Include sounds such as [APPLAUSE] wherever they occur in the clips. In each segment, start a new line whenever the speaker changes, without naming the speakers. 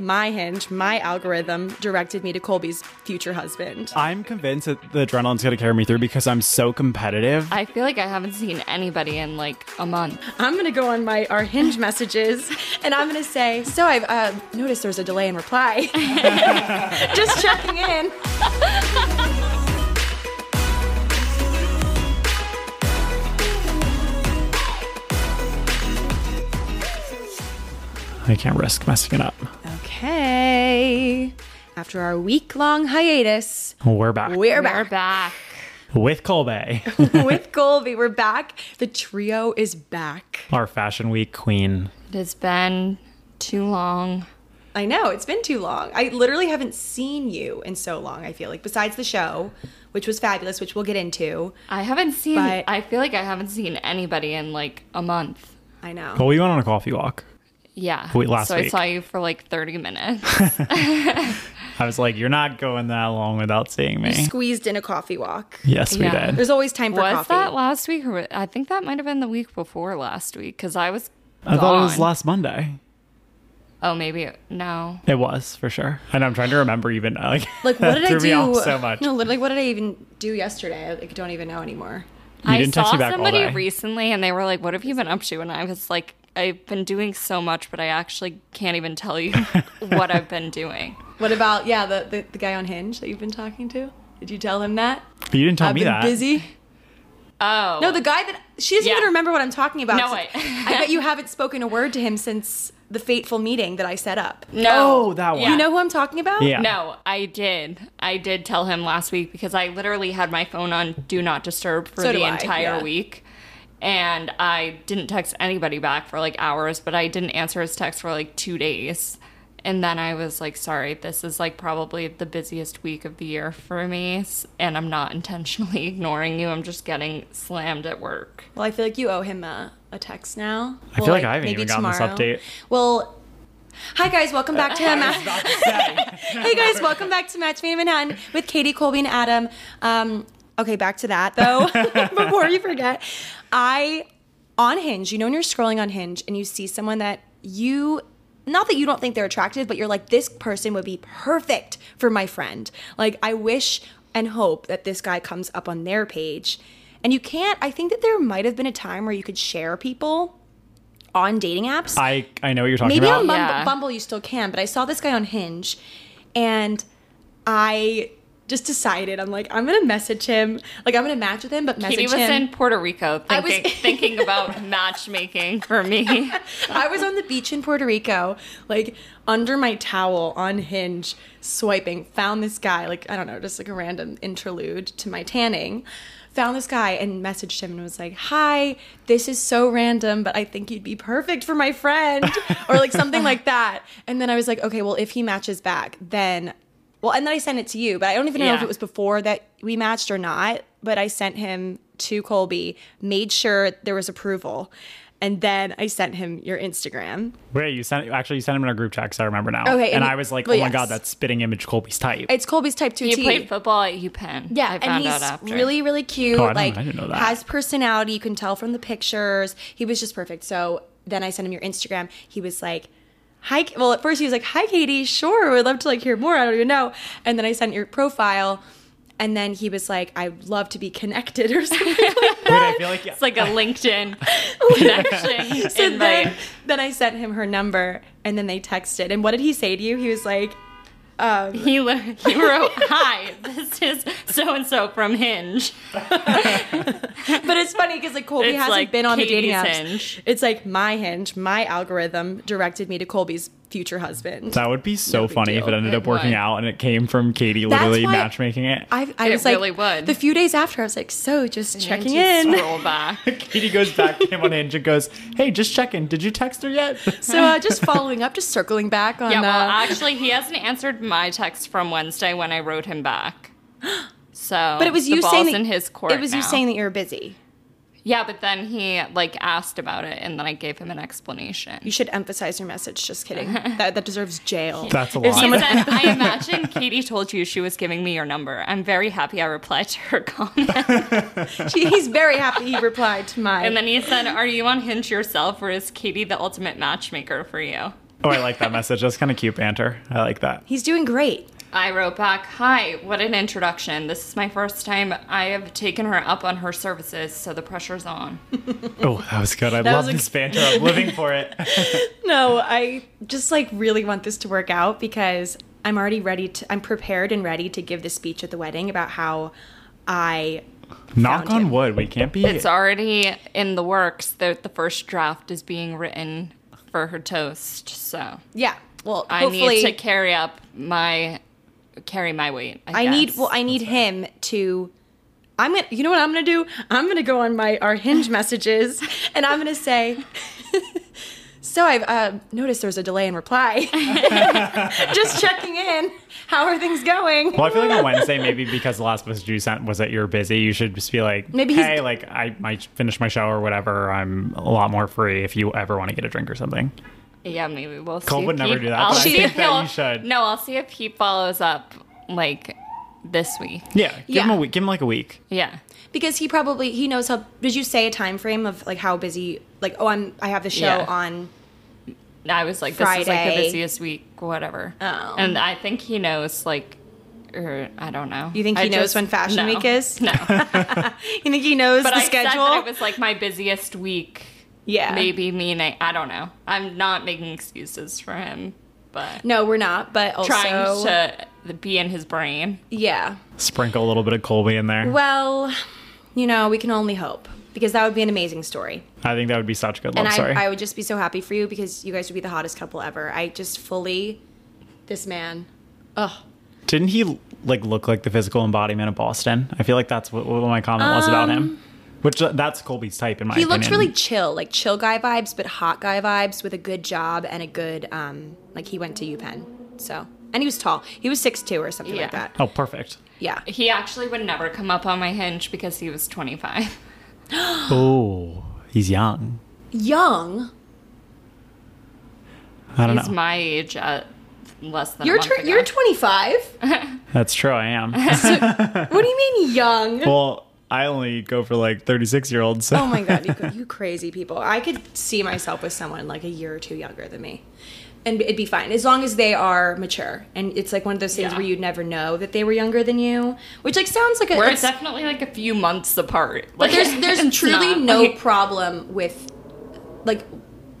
My hinge, my algorithm directed me to Colby's future husband.
I'm convinced that the adrenaline's going to carry me through because I'm so competitive.
I feel like I haven't seen anybody in like a month.
I'm gonna go on my our hinge messages and I'm gonna say, so I've uh, noticed there's a delay in reply. [LAUGHS] Just checking in.
I can't risk messing it up.
Okay. After our week long hiatus,
We're back
we're
We're
back
back.
with Colby,
[LAUGHS] with Colby. We're back. The trio is back.
our Fashion Week queen.
It has been too long.
I know it's been too long. I literally haven't seen you in so long. I feel like besides the show, which was fabulous, which we'll get into.
I haven't seen.
But-
I feel like I haven't seen anybody in like a month.
I know.
Well, we went on a coffee walk.
Yeah.
Wait, last
so I
week.
saw you for like 30
[LAUGHS]
minutes.
I was like, "You're not going that long without seeing me."
Squeezed in a coffee walk.
Yes, we
Yeah.
did.
There's always time for
was
coffee.
that last week? Or wa- I think that might have been the week before last week because I was.
I thought it was
gone.
last Monday.
Oh, maybe it- no.
It was for sure. And I'm trying to remember even [LAUGHS] like,
Like what did I
threw
do?
me off so much.
No, literally, what did I even do yesterday? I like, don't even know anymore.
You
I
didn't
saw
text me back all
somebody
day.
recently and they were like, What have you been up to? And I was like, I've been doing so much, but I actually can't even tell
[LAUGHS]
you what I've been doing.
What about yeah the, the the guy on Hinge that you've been talking to? Did you tell him that?
But you didn't tell
I've
me
been
that.
busy.
Oh.
No, the guy that she doesn't
Yeah.
even remember what I'm talking about.
No way.
I
[LAUGHS]
bet you haven't spoken a word to him since the fateful meeting that I set up.
No.
Oh, that one.
Yeah.
You know who I'm talking about?
Yeah.
No, I did. I did tell him last week because I literally had my phone on do not disturb for
So do
the
I,
entire
yeah.
week. And I didn't text anybody back for like hours, but I didn't answer his text for like two days. And then I was like, sorry, this is like probably the busiest week of the year for me. s- And I'm not intentionally [LAUGHS] ignoring you. I'm just getting slammed at work.
Well, I feel like you owe him a, a text now. I
feel like I haven't even gotten this update.
Well, hi guys, welcome back to [LAUGHS] Hey guys, welcome back to Match Made in Manhattan with Katie Colby and Adam. Um, okay, back to that though. [LAUGHS] Before you forget, I on Hinge. You know when you're scrolling on Hinge and you see someone that you. Not that you don't think they're attractive, but you're like, this person would be perfect for my friend. Like, I wish and hope that this guy comes up on their page. And you can't, I think that there might have been a time where you could share people on dating apps.
I I know what you're talking
Maybe
about.
on Bumble,
Yeah.
Bumble you still can, but I saw this guy on Hinge, and I just decided I'm like I'm gonna message him, like I'm gonna match with him, but message
Katie was
him.
in Puerto Rico
I was- [LAUGHS]
thinking, thinking about matchmaking for me.
I was on the beach in Puerto Rico, like under my towel on Hinge, swiping, found this guy, like I don't know, just like a random interlude to my tanning. Found this guy and messaged him and was like, Hi, this is so random, but I think you'd be perfect for my friend, or like something like that. And then I was like, Okay, well, if he matches back, then, well, and then I sent it to you, but I don't even know if
Yeah.
it was before that we matched or not, but I sent him to Colby, made sure there was approval, and then I sent him your Instagram.
Wait, you sent actually you sent him in our group chat because I remember now.
Okay,
and,
and-
I was like,
well,
oh my
yes.
god, that's spitting image Colby's type.
It's Colby's type 2
He
T.
played football at UPenn.
yeah,
I
and
found out
he's
after.
really, really cute.
Oh, I didn't-
like,
I didn't know that.
has personality. You can tell from the pictures. He was just perfect. So then I sent him your Instagram. He was like, "Hi." K-" Well, at first he was like, "Hi, Katie. Sure, would love to like hear more. I don't even know." And then I sent your profile, and then he was like, "I'd love to be connected" or
[LAUGHS]
something.
Wait, I feel like
It's like a
[LAUGHS]
LinkedIn connection.
so
invite.
then, then I sent him her number, and then they texted. And what did he say to you? He was like, Um,
He, li- he wrote, [LAUGHS] "Hi, this is so and so from Hinge."
but it's funny because like Colby
It's
hasn't
like
been on the dating
Katie's
apps.
Hinge.
It's like my hinge, my algorithm directed me to Colby's future husband.
That would be so
big
funny if
deal.
it ended
It
up working
would.
out and it came from Katie
That's
literally
why-
matchmaking it.
I, I
It
was like,
really would.
the few days after, I was like, so just checking
And
in.
to Scroll back.
Katie goes back to him on Hinge and goes, "Hey, just checking. Did you text
[LAUGHS]
her yet?"
[LAUGHS] So uh, just following up, just circling back on.
Yeah, well,
uh,
actually, he hasn't answered my text from Wednesday when I wrote
[GASPS]
him back. So,
but it was
the
you
ball's
saying that,
in his court.
It was you
now.
saying that you were busy.
Yeah, but then he like asked about it, and then I gave him an explanation.
You should emphasize your message. Just
[LAUGHS]
kidding. that that deserves jail.
That's a
If
lot.
He
someone-
said, I imagine Katie told you she was giving me your number. I'm very happy I replied to her [LAUGHS] comment.
She- [LAUGHS] he's very happy he replied to mine.
And then he said, Are you on Hinge yourself, or is Katie the ultimate matchmaker for you?
oh, I like that message. That's kind of cute banter. I
[LAUGHS]
like that.
he's doing great.
I wrote back, Hi, what an introduction. This is my first time I have taken her up on her services, so the pressure's on.
Oh, that was good. I
was
love
a-
this banter. I'm living
[LAUGHS]
for it.
No, I just like really want this to work out because I'm already ready to. I'm prepared and ready to give the speech at the wedding about how I
Knock
Found
on
him.
wood. We can't be.
It's already in the works that the first draft is being written for her toast, so
yeah. Well,
I
hopefully
need to carry up my carry my weight. I,
I need
guess.
well I need him to I'm gonna you know what I'm gonna do? I'm gonna go on my our
[LAUGHS]
hinge messages and I'm gonna say [LAUGHS] So I've uh, noticed there's a delay in
[LAUGHS]
reply. [LAUGHS] Just checking in. How are things going?
Well, I feel like on Wednesday, maybe because the last message you sent was that you're busy, you should just be like,
Maybe he's-
hey, like I might finish my show or whatever. I'm a lot more free if you ever want to get a drink or something.
Yeah, maybe we'll
Cole
see.
would
if
never
he-
do that,
I'll
but I
see
think
if
that you
he'll-
should.
No, I'll see if he follows up like this week.
Yeah, give
Yeah.
him a week. Give him like a week.
Yeah.
Because he probably he knows how did you say a time frame of like how busy like oh I'm I have the show
Yeah.
on
I was like, this is like the
Friday.
busiest week, whatever.
Oh.
And I think he knows, like, or I don't know.
You think
I
he knows when Fashion
no.
Week is?
No. but
[LAUGHS] you think he knows the
I
schedule?
said that it was like my busiest week.
yeah.
Maybe meaning, I don't know. I'm not making excuses for him, but
No, we're not, but also
trying to be in his brain.
Yeah.
Sprinkle a little bit of Colby in there.
Well, you know, we can only hope because that would be an amazing story.
Oh,
I think that would be such good love
and
story.
I, I would just be so happy for you because you guys would be the hottest couple ever. I just fully, this man.
Didn't he like look like the physical embodiment of Boston? I feel like that's what, what my comment was about him. Which uh, that's Colby's type in my
Um, He
opinion.
looked really chill, like chill guy vibes, but hot guy vibes with a good job and a good, um, like he went to UPenn. So, and he was tall. He was 6'2 or something like
Yeah.
that.
Oh,
[GASPS]
perfect.
Yeah.
He actually would never come up on my hinge because he was 25.
Oh, he's young.
Young.
I don't
He's
know.
my age at less than a
You're,
month
tur
ago.
you're 25.
That's true.
[LAUGHS]
I am. [LAUGHS]
what do you mean young?
well, I only go for like 36 year olds. So.
[LAUGHS] Oh my god, you, you crazy people! I could see myself with someone like a year or two younger than me, and it'd be fine as long as they are mature. And it's like one of those things
Yeah.
where you'd never know that they were younger than you, which like sounds like a.
We're
it's-
definitely like a few months apart.
but
Like, [LAUGHS]
there's there's
it's
truly
not,
no
like-
problem with, like,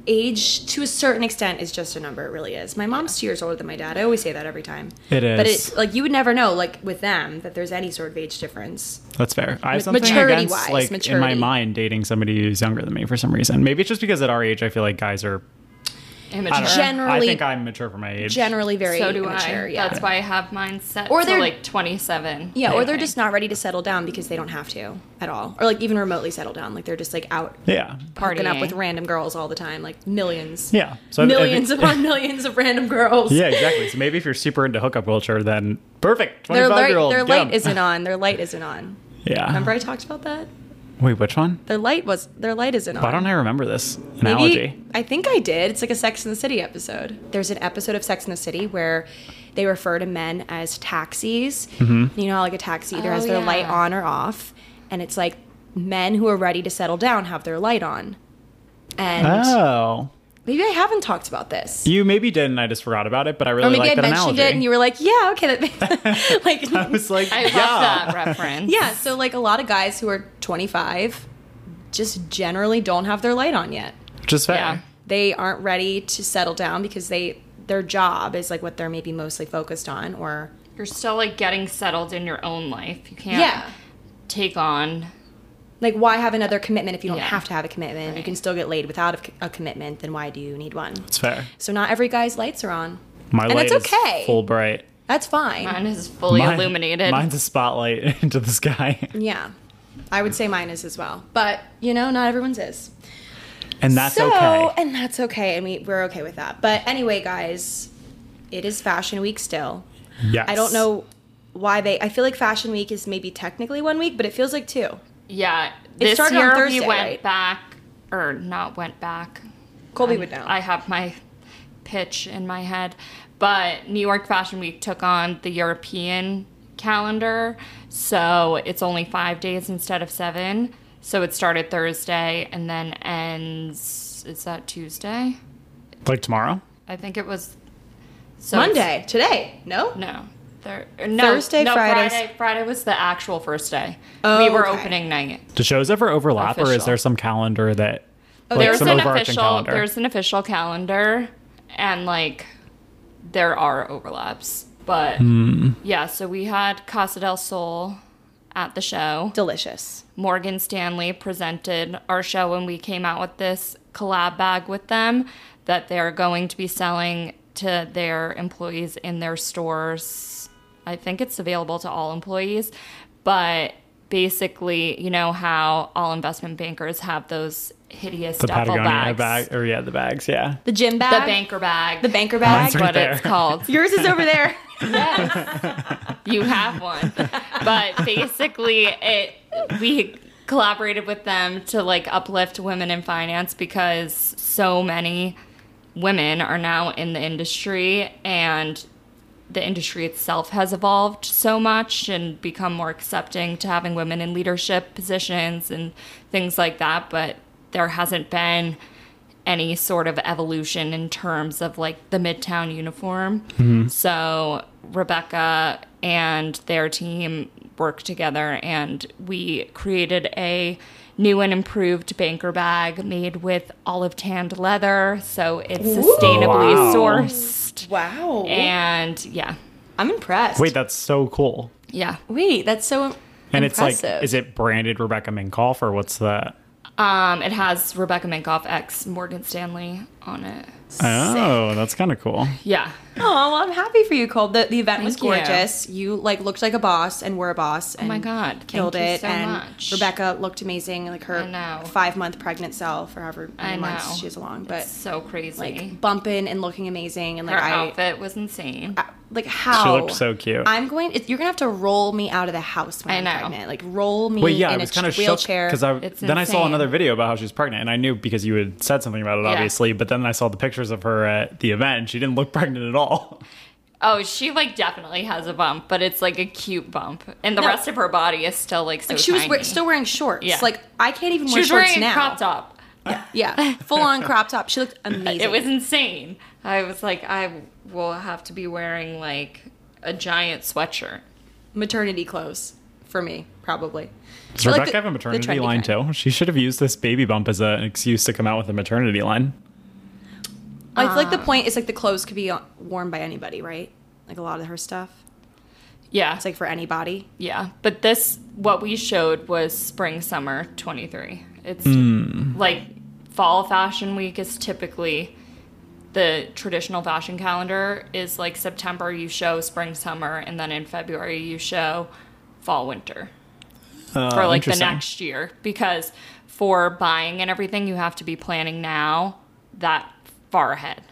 age to a certain extent is just a number. It really is. My mom's two years older than my dad. I always say that every time.
It
But
is.
it like you would never know like with them that there's any sort of age difference.
That's fair. I have something against
maturity-wise,
like in my
maturity.
mind dating somebody who's younger than me for some reason. Maybe it's just because at our age I feel like guys are I, don't know.
immature.
I
Generally-
think I'm mature for my age.
Generally, very
so do
immature.
I.
Yeah.
That's why I have mine set
Or
or
they're-
they're like 27.
Yeah,
I
or they're
think.
just not ready to settle down because they don't have to at all, or like even remotely settle down. Like they're just like out
yeah.
hooking up with
Partying.
random girls all the time, like millions.
Yeah. So if- if-
millions upon [LAUGHS] millions of random [LAUGHS] girls.
Yeah, exactly. So maybe if you're super into hookup culture, then perfect.
Their
25
light,
year old.
their light isn't on. Their light isn't on.
Yeah.
Remember I talked about that?
Wait, which one?
Their light was. Their light isn't on.
Why don't I remember this analogy?
Maybe, I think I did. It's like a Sex in the City episode. There's an episode of Sex in the City where they refer to men as taxis.
Mm-hmm.
You know, how, like a taxi either has
Oh,
their
yeah.
light on or off, and it's like men who are ready to settle down have their light on. And
Oh,
maybe I haven't talked about this.
you maybe did, and I just forgot about it. But I
Or
really
maybe I
like that
mentioned
analogy.
it
[LAUGHS]
and you were like, yeah, okay. That, [LAUGHS] like,
I was like,
I
yeah.
love that
[LAUGHS]
reference.
yeah, so like a lot of guys who are 25 just generally don't have their light on yet.
Just fair.
Yeah.
they aren't ready to settle down because they their job is like what they're maybe mostly focused on or
You're still like getting settled in your own life. You can't
Yeah.
take on
like why have another commitment if you don't
Yeah.
have to have a commitment you can still get laid without a, a commitment then why do you need one
It's fair.
so not every guy's lights are on
My
And
light
that's okay.
is full bright.
that's fine
mine is fully
Mine-
illuminated.
Mine's a spotlight [LAUGHS] into the
[LAUGHS]
sky.
yeah i would say mine is as well but you know not everyone's is
And that's
so
okay.
and that's okay and we, we're okay with that but anyway guys it is fashion week still
Yes.
i don't know why they i feel like fashion week is maybe technically one week but it feels like two
yeah.
It
This
started on
year
Thursday,
we went
right?
back or not went back.
colby would know
Um, I have my pitch in my head. But New York Fashion Week took on the European calendar. So it's only five days instead of seven. So it started Thursday and then ends, is that Tuesday?
Like tomorrow?
I think it was so it's-
monday today no
No. Thur- no,
Thursday,
no,
Fridays.
Friday. Friday was the actual first day.
Oh,
we were
okay.
opening night.
Do shows ever overlap, or is
Official.
there some calendar that? Oh,
there's an official there's an official calendar and like there are overlaps but yeah so we had casa del sol at the show
delicious
morgan stanley presented our show when we came out with this collab bag with them that they're going to be selling to their employees in their stores i think it's available to all employees but basically you know how all investment bankers have those hideous
the
duffel
Patagonia
bags
bag, or yeah, the bags, yeah.
the gym bag
the banker bag.
the banker bag
That's
right
what it's
there.
called.
yours is over
[LAUGHS]
there [LAUGHS]
You have one. But basically it we collaborated with them to like uplift women in finance because so many women are now in the industry and the industry itself has evolved so much and become more accepting to having women in leadership positions and things like that but there hasn't been any sort of evolution in terms of like the midtown uniform so rebecca and their team worked together and we created a new and improved banker bag made with olive tanned leather so it's sustainably
Wow.
sourced
wow
and yeah
i'm impressed
Wait, that's so cool.
yeah
wait that's so
And it's
Impressive.
like, is it branded Rebecca Minkoff or what's the?
um it has rebecca minkoff ex morgan stanley on it
Oh, that's kind of cool.
yeah
Oh, well, I'm happy for you, Cole. The, the event was
Thank you. Oh
gorgeous. You. like looked like a boss and were a boss. And
my God. Thank
killed
you
it!
so
and
much.
Rebecca looked amazing, like
I know.
her five month pregnant self, or however many
I
months
know.
she is along, but
so crazy
like bumping and looking amazing, and like
her
I,
outfit was insane
like how
looked so cute.
I'm going. It, you're gonna have to roll me out of the house when
I
am
know.
pregnant. Like roll me
Wait, yeah,
in
I was
a
kind of
wheelchair.
because I
It's
then I saw
insane.
another video about how she was pregnant, and I knew because you had said something about it,
Yeah.
obviously. But then I saw the pictures of her at the event, and she didn't look pregnant at all.
oh she like definitely has a bump but it's like a cute bump and the
No.
rest of her body is still like so
like she was wear,
tiny.
still wearing shorts.
Yeah.
Like I can't even
she
wear
was
shorts
wearing
now.
a crop top
Yeah, full on crop top. She
[LAUGHS]
looked amazing.
it was insane i was like i will have to be wearing like a giant sweatshirt
maternity clothes for me, probably.
Does
I like
Rebecca
the-
have a
the
maternity
trendy
line
kind.
too? She should have used this baby bump as a- an excuse to come out with a maternity line.
I feel like
Ah.
the point is like the clothes could be uh, worn by anybody, right? Like a lot of her stuff.
yeah
It's like for anybody.
Yeah, but this what we showed was spring summer 23. It's
Hmm.
like fall fashion week is typically the traditional fashion calendar is like September you show spring summer and then in February you show fall winter for like the
Oh, interesting.
next year because for buying and everything you have to be planning now that far ahead.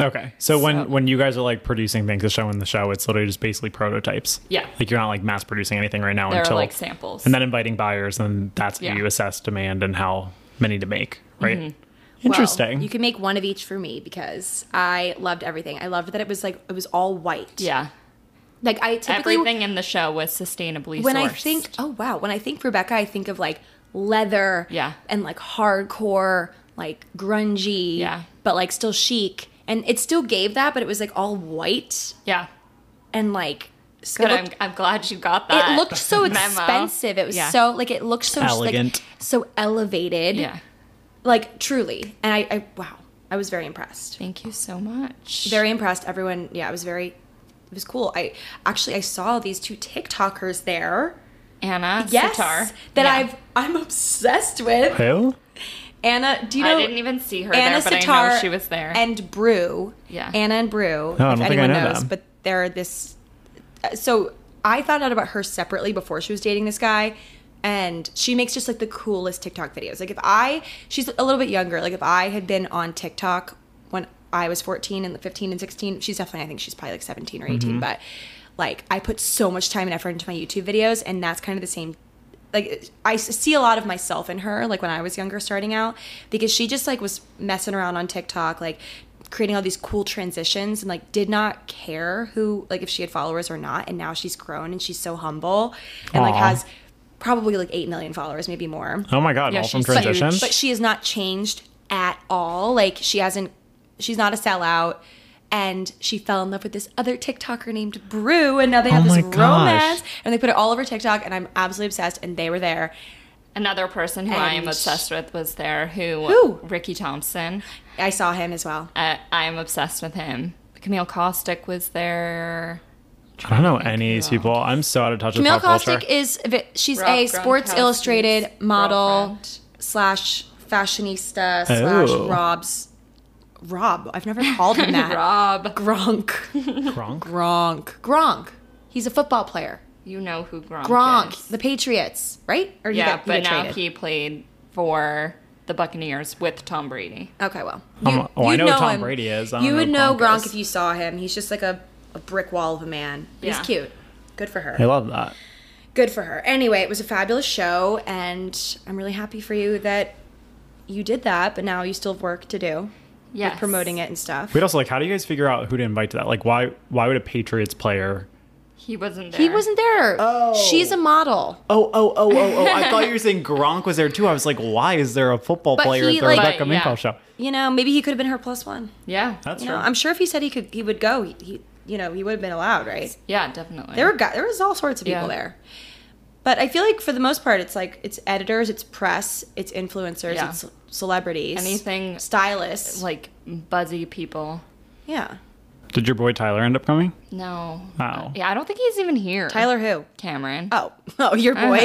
Okay, so,
So-
when when you guys are like producing things to show in the show, it's literally just basically prototypes.
Yeah.
like you're not like mass producing anything right now
There
until
are like samples.
and then inviting buyers, and that's how
Yeah.
you assess demand and how many to make. Right.
Mm-hmm. Well,
Interesting.
you can make one of each for me because I loved everything. I loved that it was like it was all white.
yeah.
Like I typically
Everything in the show was sustainably
when
sourced.
I think oh wow, when I think Rebecca, I think of like leather
Yeah.
and like hardcore, like grungy,
Yeah.
but like still chic. And it still gave that, but it was like all white
yeah.
and like
Good.
it
I'm,
looked-
I'm glad you got that.
it looked so
[LAUGHS] memo.
expensive. It was
Yeah.
so like it looked so just, like
Elegant.
so elevated.
Yeah.
Like truly. And I, I wow. I was very impressed.
Thank you so much.
Very impressed. Everyone, yeah, it was very, it was cool. I actually I saw these two TikTokers there.
Anna
Yes,
Sitar.
that
Yeah.
I've I'm obsessed with.
Who?
Anna, do you
I
know?
didn't even see her
Anna
there, but
Sitar
I know she was there.
And Brew.
Yeah.
Anna and Brew.
No, Oh, I
if
don't think I
anyone
know
knows,
them.
but they're this. uh, So I found out about her separately before she was dating this guy. And she makes just like the coolest TikTok videos. Like if I, she's a little bit younger. Like if I had been on TikTok when I was 14 and 15 and 16, she's definitely, I think she's probably like 17 or 18,
Mm-hmm.
but like I put so much time and effort into my YouTube videos. And that's kind of the same like I s- see a lot of myself in her, like when I was younger starting out, because she just like was messing around on TikTok, like creating all these cool transitions and like did not care who like if she had followers or not. And now she's grown and she's so humble and like
Aw.
has probably like eight million followers, maybe more.
Oh my god,
Yeah,
all from
she's huge.
transition.
But she has not changed at all. Like she hasn't she's not a sellout. And she fell in love with this other TikToker named Brew, and now they have
Oh my
this
gosh.
romance. And they put it all over TikTok, and I'm absolutely obsessed. And they were there,
Another person who I am
And-
obsessed with was there, who,
Who?
Ricky Thompson.
I saw him as well.
Uh, I am obsessed with him. Camille Caustic was there.
I don't know any of these people. I'm so out of touch
Camille
with pop
Caustic
culture.
is vi- she's a
Rob
Sports
Gronkowski's
Illustrated model
girlfriend.
slash fashionista slash
Oh.
Rob's Rob. I've never called
[LAUGHS]
him that.
Rob.
Gronk.
Gronk?
Gronk. Gronk. He's a football player.
You know who Gronk,
Gronk.
is.
The Patriots, right? Or he
yeah,
got- he
but
got
now
traded.
he played for the Buccaneers with Tom Brady.
Okay, well,
I'm- oh, I
you'd
know who Tom Brady is. I don't
you
know
would
who
know
Gronk
Gronk
is.
if you saw him. He's just like a, a brick wall of a man. But
Yeah.
He's cute. Good for her.
I love that.
good for her. Anyway, it was a fabulous show, and I'm really happy for you that you did that. But now you still have work to do
Yes.
with promoting it and stuff.
Wait, also, like, how do you guys figure out who to invite to that? Like, why why would a Patriots player?
He wasn't there.
He wasn't there. Oh, she's a model,
Oh, oh, oh, oh,
[LAUGHS]
oh! I thought you were saying Gronk was there too. I was like, why is there a football
But
player
he,
at the
like-
Rebecca
But, yeah.
Minkoff show?
you know. Maybe he could have been her plus one.
Yeah.
That's
You know,
true.
I'm sure if he said he could, he would go. He, he you know, he would have been allowed, right?
yeah, definitely.
There were gu there was all sorts of people
Yeah.
there. But I feel like for the most part, it's like it's editors, it's press, it's influencers,
Yeah.
it's celebrities,
Anything-
stylists, like
like buzzy people.
yeah.
Did your boy Tyler end up coming?
No.
Wow.
Yeah, I don't think he's even here.
Tyler who?
Cameron.
Oh, [LAUGHS] oh, your
[LAUGHS]
boy,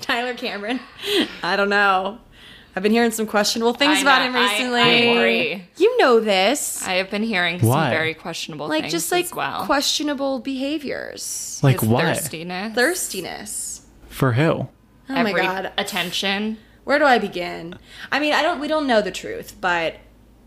Tyler Cameron. I don't know. I've been hearing some questionable things
I
about
know.
him
I-
recently.
I agree.
You know this,
I have been hearing
Why?
some very questionable
like
things
just like
as well.
questionable behaviors,
Like,
His
what?
Thirstiness.
thirstiness.
For who?
Oh
Every
my god,
Attention.
where do I begin? I mean, I don't. We don't know the truth, but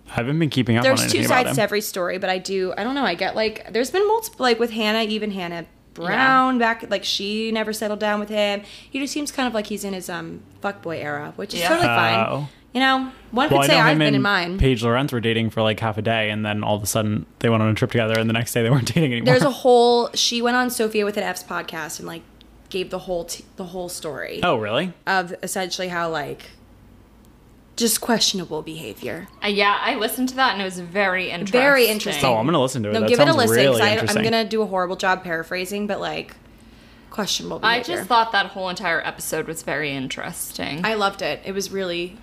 I haven't been keeping up on
there's
anything
two
about
sides
him.
to every story. But I do. I don't know. I get like there's been multiple like with Hannah, even Hannah Brown back. Like she never settled down with him. He just seems kind of like he's in his um fuckboy era, which is
Yeah.
totally
Oh.
fine. You know, one
well,
could
I
say
know
I've
him
been
and
in mine.
[LAUGHS] Paige Lorenz were dating for like half a day, and then all of a sudden they went on a trip together, and the next day they weren't [LAUGHS] dating anymore.
There's a whole. She went on Sophia with an F's podcast and like gave the whole t- the whole story
oh, really?
of essentially how like just questionable behavior.
Uh, yeah, I listened to that and it was very interesting.
Very interesting.
Oh, I'm gonna listen to it.
No,
that
give it a
sounds
listen. 'cause
Really
I,
interesting.
I'm gonna do a horrible job paraphrasing, but like questionable.
I
Behavior.
just thought that whole entire episode was very interesting. I,
I loved it. It was really,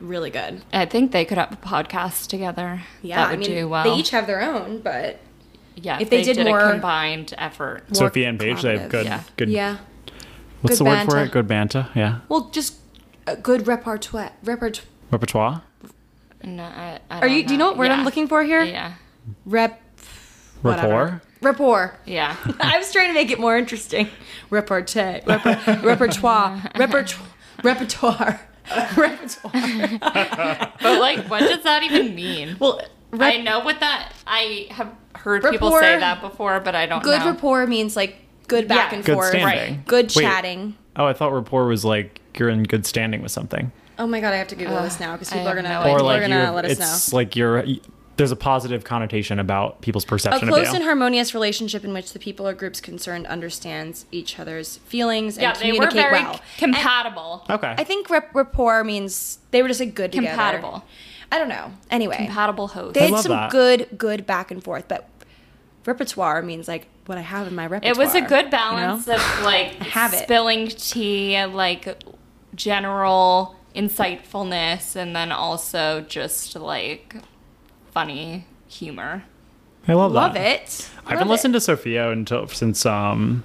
really good.
think they could have a podcast together.
Yeah,
that would
I mean,
do well.
they each have their own, but
yeah,
if they did more-
a combined effort.
Sophia and Paige, they
collaborative.
have good,
Yeah.
good.
yeah. good
What's the word for
banter.
it? Good banter. Yeah.
Well, just a good repertoire. Repertoire.
Repertoire.
No, I, uh, I
Are you?
don't
Do you know what word
Yeah.
I'm looking for here?
Yeah,
Rep. whatever.
Rapport.
Rapport.
yeah.
I was trying to make it more interesting. Repartee. Reper- repertoire. [LAUGHS] Repertoire. [LAUGHS] Repertoire. repertoire.
but like, what does that even mean?
[LAUGHS] Well, rep-
I know what that. I have heard people say
Rapport.
that before, but I don't
good
know.
rapport means like good back
Yeah.
and
Good
forth.
standing. Right.
Good
Wait.
chatting.
Oh, I thought rapport was like you're in good standing with something,
Oh my god, I have to Google this now because
I
people are
have
gonna
no
people are
idea.
like
gonna
you're-
let us know.
it's like you're. There's a positive connotation about people's
A
perception
close
of you.
and harmonious relationship in which the people or groups concerned understands each other's feelings and
Yeah, they were
communicate
very
well.
compatible.
okay.
I think rep- rapport means they were just like good together.
Compatible.
I don't know. Anyway,
Compatible hosts.
they had
love
some
that.
good, good back and forth. But repertoire means like what I have in my repertoire.
it was a
you know? [LAUGHS]
good balance of like
Have it.
spilling tea, like general insightfulness and then also just like funny humor.
I love,
Love
that.
it.
I haven't
Love it.
listened to Sophia until since um,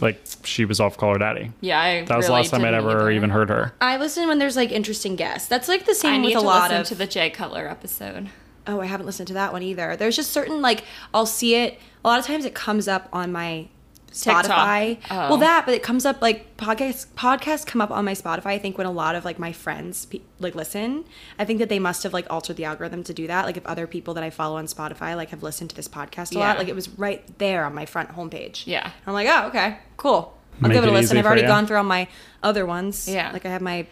like she was off Call Her Daddy.
Yeah, I
That was the
really
last time I'd
didn't
ever
either.
even heard her.
I listen when there's like interesting guests. That's like the
I
same
need
with
to
a lot
listen
of.
to the Jay Cutler episode.
oh, I haven't listened to that one either. There's just certain like I'll see it. A lot of times it comes up on my
TikTok.
Spotify.
Oh.
Well, that, but it comes up like podcasts. Podcasts come up on my Spotify. I think when a lot of like my friends pe- like listen, I think that they must have like altered the algorithm to do that. Like if other people that I follow on Spotify like have listened to this podcast a
Yeah.
lot, like it was right there on my front homepage.
Yeah.
I'm like, oh, okay, cool. I'll
Make
give it a
it
listen.
easy
I've
for
already
you.
gone through all my other ones.
Yeah.
Like I have my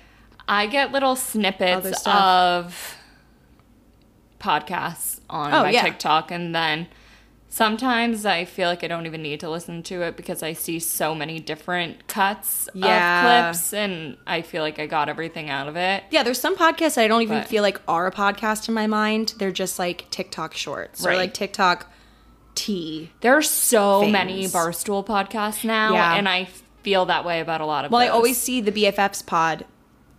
I get little
Other
snippets
stuff.
of podcasts on
Oh,
my
yeah.
TikTok, and then sometimes I feel like I don't even need to listen to it because I see so many different cuts
Yeah.
of clips, and I feel like I got everything out of it.
Yeah, there's some podcasts that I don't even
But-
feel like are a podcast in my mind. They're just like TikTok shorts or
Right.
like TikTok tea.
There are so many
Things.
barstool podcasts now,
Yeah.
and I feel that way about a lot of.
Well, I
those. Mm-hmm.
always see the BFFs pod.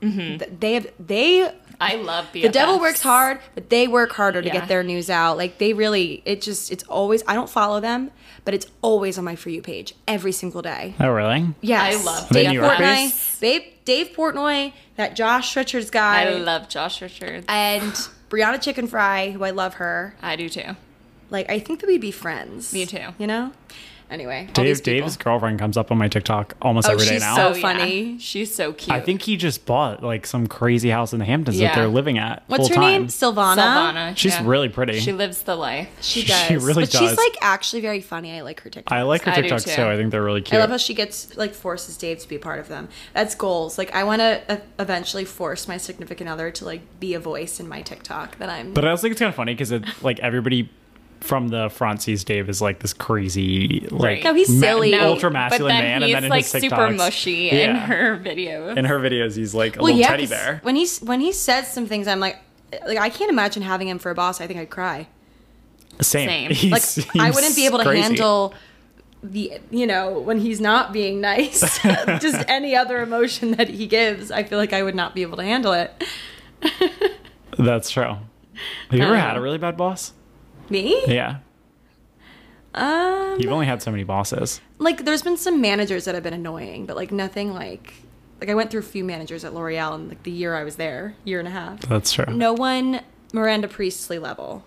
Th- They have they
I love BFFs.
the devil works hard, but they work harder to
Yeah.
get their news out. Like they really it just it's always I don't follow them, but it's always on my for you page every single day.
Oh, really?
Yes.
I love
Dave
New Yorkers.
Portnoy. Babe, Dave Portnoy, that Josh Richards guy.
I love Josh Richards. I,
and Brianna Chicken Fry, who I love her.
do too.
Like I think that we'd be friends.
Me too.
You know? Anyway. all these
Dave
people.
Dave's girlfriend comes up on my TikTok almost every day
she's
now.
so
Oh, yeah.
funny.
She's so cute.
I think he just bought like some crazy house in the Hamptons
Yeah.
that they're living at.
What's her
full time.
name? Silvana.
Silvana.
She's
yeah.
really pretty.
She lives the life.
She
She
does.
really
but
does.
she's like actually very funny. I like her TikTok.
I like her
I do
TikToks
too.
too. I think they're really
I
cute.
love how she gets like forces Dave to be a part of them. That's goals. Like I want to uh, eventually force my significant other to like be a voice in my TikTok that I'm.
But I also think it's kind of funny because it like everybody from the front sees Dave as like this crazy like
No, he's silly. No,
ultra masculine
but then
man, and
he's
then in
like
his TikToks,
super mushy in
Yeah.
her videos.
in her videos he's like a
well,
little
yeah,
teddy
'cause
bear.
when he's when he says some things, I'm like, like I can't imagine having him for a boss. I think I'd cry.
Same.
Same.
He
Like I
seems
wouldn't be able to
crazy.
handle the you know when he's not being
[LAUGHS]
nice. [LAUGHS] Just any other emotion that he gives, I feel like I would not be able to handle it.
That's true. Have you ever
Um,
had a really bad boss?
Me?
Yeah.
Um,
You've only had so many bosses.
like there's been some managers that have been annoying, but like nothing like like I went through a few managers at L'Oreal in like the year I was there, year and a half.
That's true.
No one Miranda Priestley level.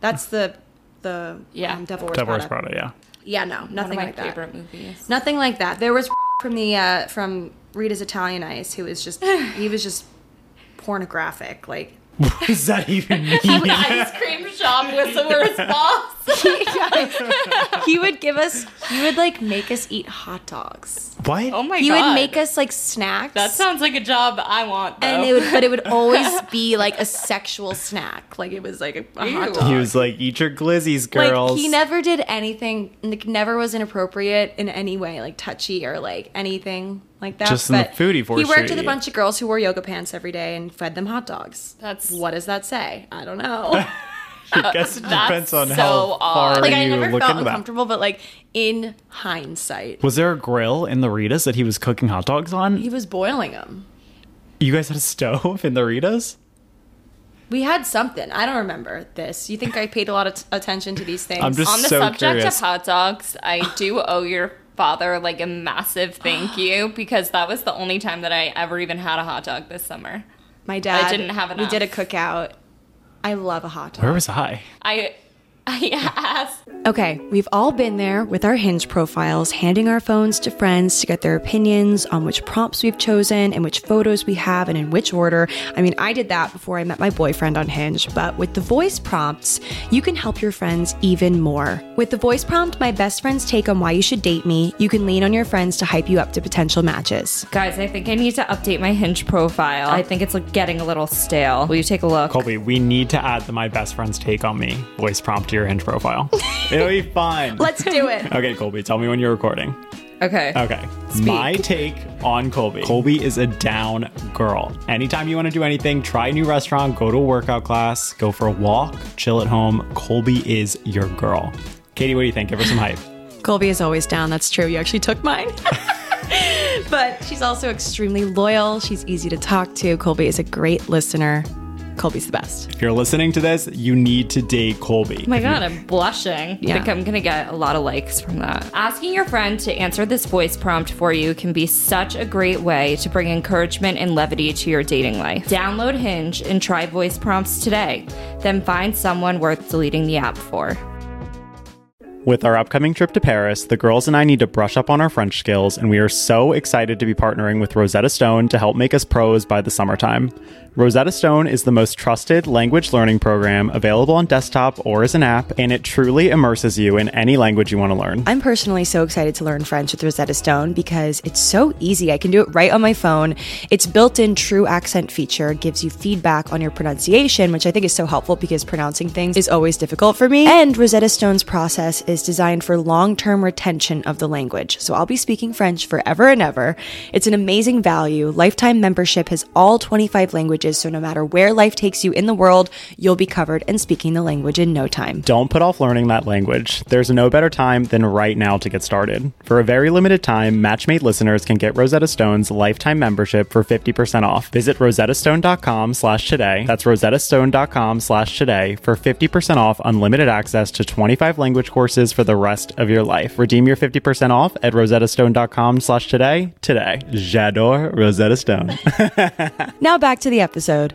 That's the the
Yeah.
um, Devil Wears
Devil Wears
Prada.
Prada, yeah. [LAUGHS]
[LAUGHS] Yeah, no,
One of
nothing
my
like that.
favorite movies.
Nothing like that. There was [LAUGHS] from the uh, from Rita's Italian Ice, who was just he was just pornographic. Like [LAUGHS]
What does that even mean?
Ice [LAUGHS] cream shop whistlers boss.
he would give us, he would like make us eat hot dogs.
what?
oh my
He
god.
would make us like snacks.
that sounds like a job I want. Though.
and it would, but it would always be like a sexual snack. Like it was like a, a hot
Ew.
dog.
he was like, eat your glizzies,
like
girls.
he never did anything. Like never was inappropriate in any way, like touchy or like anything like that.
Just in the
But
foodie
He worked with
forestry.
a bunch of girls who wore yoga pants every day and fed them hot dogs.
That's-
what does that say? I don't
[LAUGHS]
know.
I guess it depends on
so
how
odd.
[LAUGHS]
far
like I
you
never
look
felt
into that.
uncomfortable, but like in hindsight,
Was there a grill in the Ritas that he was cooking hot dogs on?
he was boiling them.
You guys had a stove in the Ritas?
We had something. I don't remember this. You think I paid a lot of t- attention to these things?
I'm just
on the
so
subject
curious.
of hot dogs, [SIGHS] I do owe your father like a massive [GASPS] thank you because that was the only time that I ever even had a hot dog this summer.
My dad.
didn't have
We did a
enough.
cookout. I love a hot dog.
Where was I?
I I [LAUGHS] asked
Okay, we've all been there with our hinge profiles, handing our phones to friends to get their opinions on which prompts we've chosen and which photos we have and in which order. I mean, I did that before I met my boyfriend on Hinge, but with the voice prompts, you can help your friends even more. With the voice prompt, my best friend's take on why you should date me, you can lean on your friends to hype you up to potential matches.
Guys, I think I need to update my Hinge profile. I think it's like getting a little stale. Will you take a look?
Colby, we need to add the My Best Friend's Take on Me voice prompt to your hinge profile. [LAUGHS] It'll be fun.
Let's do it.
Okay, Colby, tell me when you're recording.
Okay.
Okay. My take on Colby. Colby is a down girl. Anytime you want to do anything, try a new restaurant, go to a workout class, go for a walk, chill at home. Colby is your girl. Katie, what do you think? Give her some hype.
Colby is always down. That's true. You actually took mine. but
[LAUGHS] But she's also extremely loyal. She's easy to talk to. Colby is a great listener. Colby's the best.
If you're listening to this, you need to date Colby.
Oh my god, I'm blushing. I think I'm gonna get a lot of likes from that. Asking your friend to answer this voice prompt for you can be such a great way to bring encouragement and levity to your dating life. Download Hinge and try voice prompts today. Then find someone worth deleting the app for.
With our upcoming trip to Paris, the girls and I need to brush up on our French skills, and we are so excited to be partnering with Rosetta Stone to help make us pros by the summertime. Rosetta Stone is the most trusted language learning program available on desktop or as an app, and it truly immerses you in any language you want to learn.
I'm personally so excited to learn French with Rosetta Stone because it's so easy. I can do it right on my phone. Its built in true accent feature gives you feedback on your pronunciation, which I think is so helpful because pronouncing things is always difficult for me. And Rosetta Stone's process is designed for long term retention of the language. So I'll be speaking French forever and ever. It's an amazing value. Lifetime membership has all 25 languages, so no matter where life takes you in the world, you'll be covered and speaking the language in no time.
Don't put off learning that language. There's no better time than right now to get started. For a very limited time, Matchmade listeners can get Rosetta Stone's lifetime membership for 50% off. Visit rosettastone.com slash today. That's rosettastone.com slash today for 50% off unlimited access to 25 language courses for the rest of your life. Redeem your 50% off at rosettastone.com slash today today. J'adore Rosetta Stone. [LAUGHS]
Now back to the episode.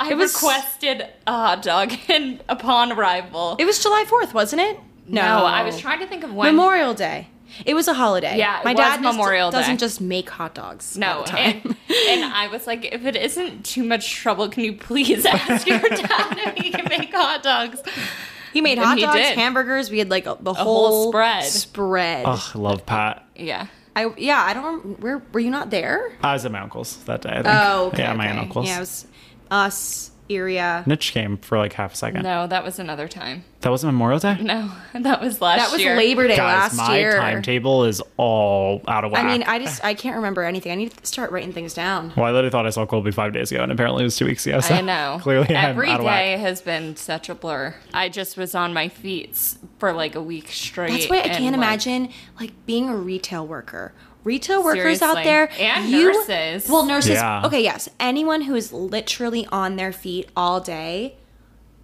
I requested a hot dog [LAUGHS] and upon arrival.
It was July 4th, wasn't it?
no, I was trying to think of when.
Memorial Day. It was a holiday.
Yeah, it
my
was
dad just
Memorial Day.
doesn't just make hot dogs. all
No,
[LAUGHS] the time.
and, and I was like, if it isn't too much trouble, can you please [LAUGHS] ask your dad if he can
[LAUGHS]
make hot dogs?
he made
And
hot
he
dogs,
did.
hamburgers. We had like a, the
whole spread.
Spread.
Ugh, love Pat.
Yeah.
I yeah. I don't. rem- Where were you not there?
I was at my uncle's that day, I think.
Oh, okay,
yeah, my
okay.
uncle's.
Yeah, it was us. Iria.
Nitch came for like half a second.
No, that was another time.
That was Memorial Day.
No, that was last
That was
year.
Labor Day
Guys,
last
my
year.
timetable is all out of
I
whack. [LAUGHS]
mean, I just I can't remember anything. I need to start writing things down.
Well, I literally thought I saw Colby five days ago, and apparently it was two weeks ago. So
I know.
[LAUGHS] Clearly,
every
I'm out of whack.
day has been such a blur. I just was on my feet s- for like a week straight.
That's why I
and,
can't
like-
imagine like being a retail worker. Retail workers out
Seriously.
there
And nurses.
Well, nurses.
Yeah.
Okay, yes. Anyone who is literally on their feet all day,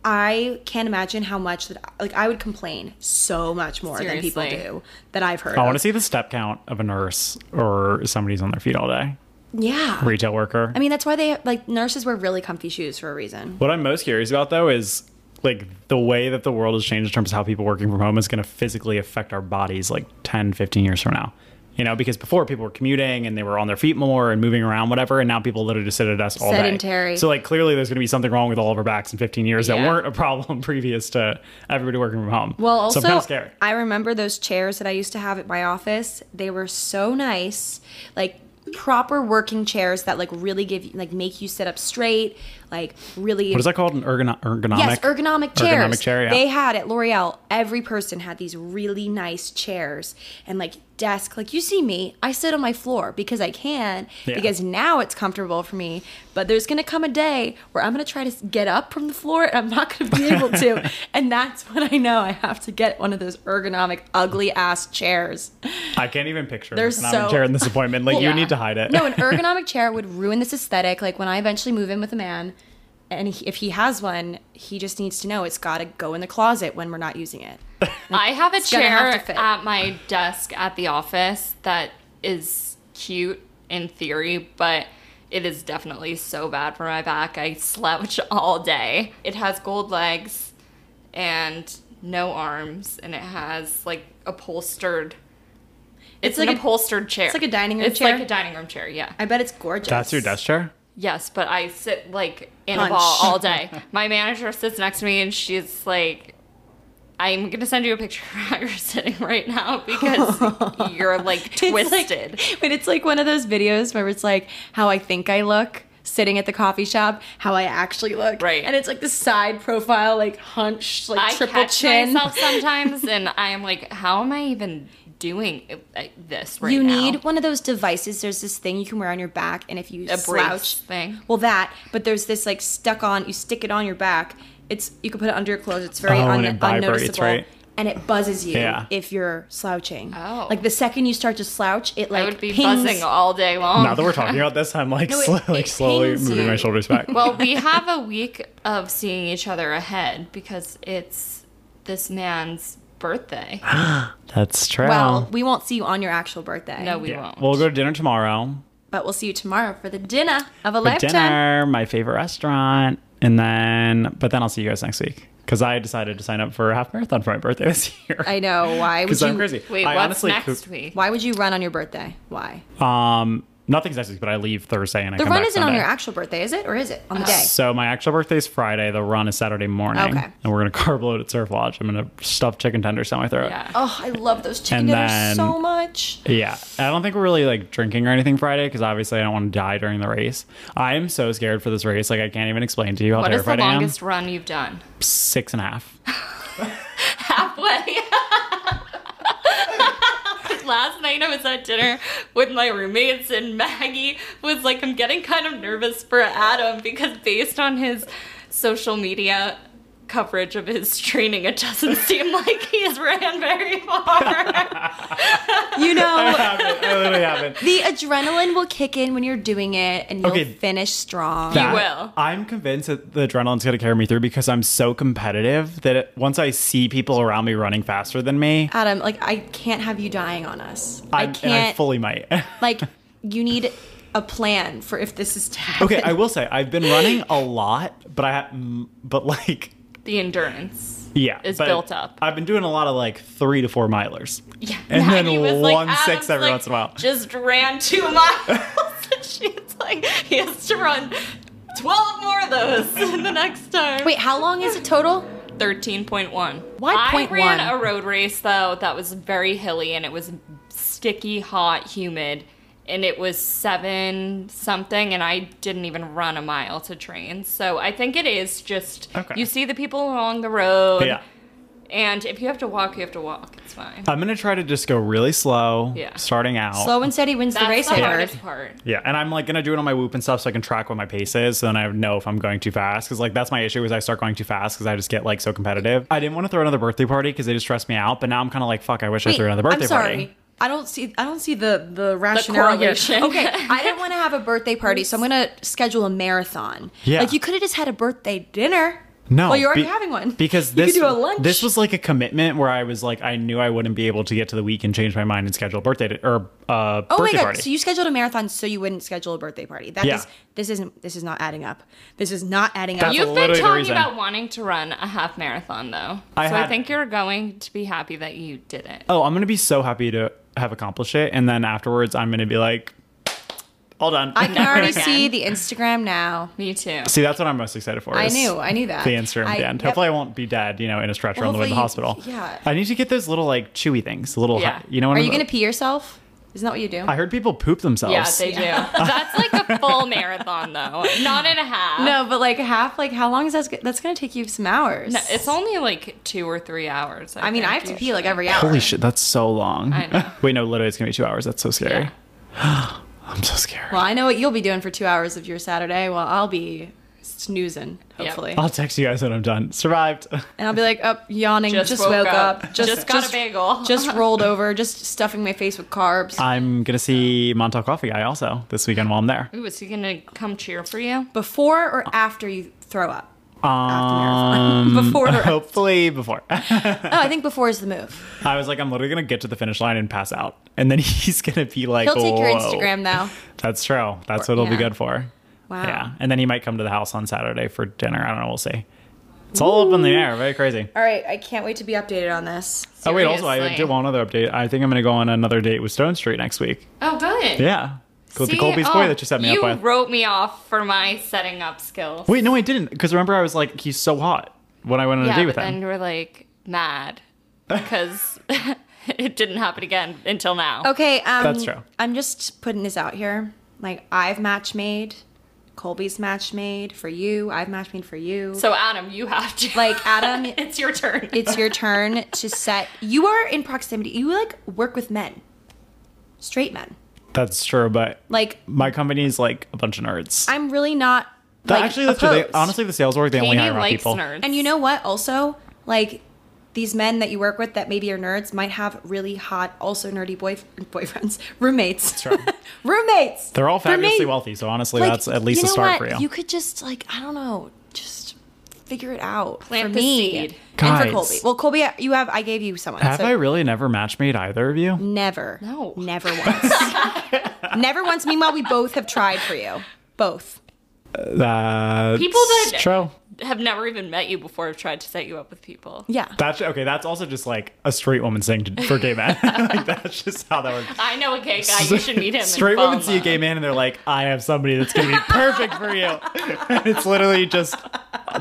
I can't imagine how much that like I would complain so much more than
Seriously.
people do that I've heard.
I want to
of.
see the step count of a nurse or somebody's on their feet all day.
Yeah.
Retail worker.
I mean, that's why they
[LAUGHS]
like nurses wear really comfy shoes for a reason.
what I'm most curious about though is like the way that the world has changed in terms of how people working from home is going to physically affect our bodies like 10, 15 years from now. You know, because before people were commuting and they were on their feet more and moving around, whatever, and now people literally just sit at a desk all day.
Sedentary.
So like clearly there's going to be something wrong with all of our backs in 15 years that
Yeah.
weren't a problem [LAUGHS] previous to everybody working from home.
Well, also,
so I'm kind of scared.
I remember those chairs that I used to have at my office. They were so nice, like proper working chairs that like really give you, like make you sit up straight, like really.
What is that called? An ergono- ergonomic.
Yes, ergonomic chairs.
Ergonomic chair. Yeah.
They had at L'Oreal. Every person had these really nice chairs and like desk. Like you see me, I sit on my floor because I can.
Yeah.
Because now it's comfortable for me. But there's gonna come a day where I'm gonna try to s- get up from the floor and I'm not gonna be
[LAUGHS]
able to. and that's when I know I have to get one of those ergonomic, ugly ass chairs.
I can't even picture.
They're
an ergonomic
so-
chair in this appointment.
[LAUGHS]
Like you
Yeah.
need to hide it.
No, an ergonomic chair would ruin this aesthetic. Like when I eventually move in with a man, and he, if he has one, he just needs to know it's got to go in the closet when we're not using it.
I have a
gonna
chair
have to fit.
at my desk at the office that is cute in theory, but it is definitely so bad for my back. I slouch [LAUGHS] all day. It has gold legs and no arms, and it has like upholstered. It's,
It's like
an
a-
upholstered chair.
it's like a dining room
it's
chair?
like a dining room chair. Yeah.
I bet it's gorgeous.
That's
[LAUGHS]
your desk chair?
Yes, but I sit like in
Punch.
a ball
[LAUGHS]
all day. My manager sits next to me and she's like, I'm gonna send you a picture of how you're sitting right
[LAUGHS]
now because you're like
It's like-
twisted.
but it's like one of those videos where it's like how I think I look sitting at the coffee shop, how I actually look.
Right.
And it's like the side profile, like hunched, like
I
triple
catch
chin.
myself
[LAUGHS]
sometimes and I'm like, how am I even doing it- like this right
you
now?
need one of those devices. There's this thing you can wear on your back, and if you
A brace
slouch,
thing.
well, that. But there's this like stuck on. You stick it on your back. It's you can put it under your clothes. It's very
Oh, and
un-
it vibrates,
unnoticeable,
right?
and it buzzes you
Yeah.
if you're slouching.
Oh.
like the second you start to slouch, it like
I would be
pings-
buzzing all day long.
Now that we're talking about this, I'm like,
Um, [LAUGHS] No, it-
sl- like
it
slowly
pings
moving
you.
my shoulders back.
[LAUGHS] well, we have a week of seeing each other ahead because it's this man's
[GASPS]
birthday.
That's true.
Well, we won't see you on your actual birthday.
No, we
yeah.
won't.
We'll go to dinner tomorrow.
but we'll see you tomorrow for the dinner of a
For
lifetime.
dinner, my favorite restaurant, and then but then I'll see you guys next week because I decided to sign up for a half marathon for my birthday [LAUGHS] this year.
I know. Why would
because
you?
I'm crazy.
Wait,
I
what's
honestly
next
could-
week?
Why would you run on your birthday? Why?
Um, nothing's next week, but I leave Thursday and I
The
come
run
back
isn't on
Sunday. Uh,
your actual birthday, is it, or is it on the day?
So my actual birthday is Friday. The run is Saturday morning,
Okay.
and we're gonna [LAUGHS] carb load at Surf Lodge. I'm gonna stuff chicken tenders down my throat.
Yeah.
Oh, I love those
And
chicken dinners
then-
so much.
Yeah, I don't think we're really like drinking or anything Friday because obviously I don't want to die during the race. I am so scared for this race, like I can't even explain to you how
What is the
terrified I am.
longest run you've done?
Six and a half. [LAUGHS]
Halfway. Last night I was at dinner with my roommates and Maggie was like, I'm getting kind of nervous for Adam because based on his social media coverage of his training, it doesn't [LAUGHS] seem like he's ran very far.
[LAUGHS]
You know,
happened. It literally
[LAUGHS]
happened.
the adrenaline will kick in when you're doing it, and you'll
Okay.
finish strong.
That-
will.
I'm convinced that the adrenaline's going to carry me through because I'm so competitive that it, once I see people around me running faster than me,
Adam, like I can't have you dying on us. I
I'm, and I
can't.
fully might. [LAUGHS]
like you need a plan for if this is to happen.
okay, I will say I've been running a lot, but I ha- mm, but like
[LAUGHS] the endurance.
yeah,
Is
but
built up.
I've been doing a lot of like three to four milers.
Yeah.
And then
Maggie was like,
one six
Adam's
every
like,
once in a while.
Just ran two [LAUGHS] miles. and she's like, he has to run 12 more of those [LAUGHS] the next time.
Wait, how long is it total?
13.1.
Why
I
point
ran
one?
a road race, though, that was very hilly and it was sticky, hot, humid. And it was seven something, and I didn't even run a mile to train. So I think it is just
Okay.
you see the people along the road,
But yeah.
and if you have to walk, you have to walk. It's fine.
I'm gonna try to just go really slow,
Yeah.
starting out.
Slow and steady wins
That's
the race.
the
I heard.
hardest part.
Yeah, and I'm like gonna do it on my whoop and stuff so I can track what my pace is, so then I know if I'm going too fast. Because like that's my issue is I start going too fast because I just get like so competitive. I didn't want to throw another birthday party because they just stressed me out, but now I'm kind of like fuck. I wish I threw another birthday
I'm sorry.
party.
I don't see. I don't see the the rationale here.
correlation.
Okay, I [LAUGHS] didn't want to have a birthday party, so I'm gonna schedule a marathon.
Yeah.
like you could have just had a birthday dinner.
No,
well, you're already
be-
having one [LAUGHS]
because
You
this
could do a lunch.
this was like a commitment where I was like I knew I wouldn't be able to get to the week and change my mind and schedule a birthday to, or uh,
Oh
birthday
my god!
party.
So you scheduled a marathon, so you wouldn't schedule a birthday party. That is
Yeah.
this isn't. This is not adding up. This is not adding
That's
up.
You've
[LAUGHS]
literally
been
the
talking
reason.
about wanting to run a half marathon, though.
I
so I
had-
think you're going to be happy that you did it.
oh, I'm gonna be so happy to have accomplished it, and then afterwards I'm gonna be like, all done. [LAUGHS]
I can already
Again.
see the Instagram now.
Me too.
See, that's what I'm most excited for.
I
is
knew. I knew that.
The Instagram
I-
at the end.
yep.
Hopefully, I won't be dead, you know, in a stretcher on the way to the
Hopefully
hospital.
you- yeah.
I need to get those little like chewy things. The little,
Yeah.
you know, what
Are
I'm-
you gonna pee yourself? Isn't that what you do?
I heard people poop themselves.
Yeah, they do. [LAUGHS] That's like a full marathon, though, not in a half.
no, but like half. Like how long is that? That's gonna take you some hours.
No, it's only like two or three hours. I,
I mean,
think,
I have to pee
usually.
like every hour.
[GASPS] Holy shit, that's so long.
I know.
[LAUGHS] Wait, no, literally, it's gonna be two hours. That's so scary. [GASPS] I'm so scared.
Well, I know what you'll be doing for two hours of your Saturday. Well, I'll be snoozing, hopefully.
I'll text you guys when I'm done.
[LAUGHS]
Survived.
And I'll be like up yawning, just,
Just woke
woke up,
up. Just got a
[LAUGHS]
bagel.
just rolled over, just stuffing my face with carbs.
I'm gonna see Montauk Coffee Guy also this weekend while I'm there.
Ooh, is he gonna come cheer for you?
Before or after you throw up? After marathon. [LAUGHS]
Um,
before or
[LAUGHS]
oh,
hopefully before. [LAUGHS]
I think before is the move.
I was like, I'm literally gonna get to the finish line and pass out, and then [LAUGHS] he's gonna be like,
He'll take your
"Whoa."
Instagram now.
That's true. That's what it'll be
yeah.
good for.
Wow.
Yeah. And then he might come to the house on Saturday for dinner. I don't know. We'll see. It's all up in the air. Very crazy.
All right, I can't wait to be updated on this.
Oh, wait. Also, I
Seriously.
did want another update. I think I'm going to go on another date with Stone Street next week.
Oh, good.
Yeah. With the
See?
Colby's
Oh,
boy that you set me
you
up with.
wrote me off for my setting up skills.
wait, no, I didn't. Because remember, I was like, he's so hot when I went on a
yeah,
date with
but
him.
then you were like
[LAUGHS]
mad because [LAUGHS] it didn't happen again until now.
Okay, um,
That's true.
I'm just putting this out here. Like I've match made, Colby's match made for you. I've match made for you.
So Adam, you have to
Like, Adam-
[LAUGHS] it's your turn.
it's your turn to set. You are in proximity. You like work with men, straight men.
That's true. But
Like
my company's like a bunch of nerds.
I'm really not.
That-
like,
actually, that's true. They,
opposed.
honestly, the sales org, they only
Katie
hire hot
likes
people.
nerds.
And you know what? Also, like these men that you work with that maybe are nerds might have really hot, also nerdy boyf- [LAUGHS] boyfriends, roommates. [LAUGHS] roommates.
They're all
For me,
fabulously wealthy. So honestly,
like,
that's at least
you
a
know
start
what?
for you.
You could just like I don't know, just figure it out
Plant
for
the
me
seed.
and for
Guys.
Colby. Well, Colby, you have I gave you someone.
Have
so-
I really never matchmade either of you?
Never.
No.
Never once. [LAUGHS] never once. Meanwhile, we both have tried for you. Both.
That's
People that-
true.
have never even met you before have tried to set you up with people.
Yeah.
That's okay. That's also just like a straight woman's thing to, for gay men. [LAUGHS] like that's just how that works.
I know a gay guy. You should meet him. and
Straight
fall
women
in
see a
love.
gay man and they're like, "I have somebody that's gonna be perfect for you." [LAUGHS] and it's literally just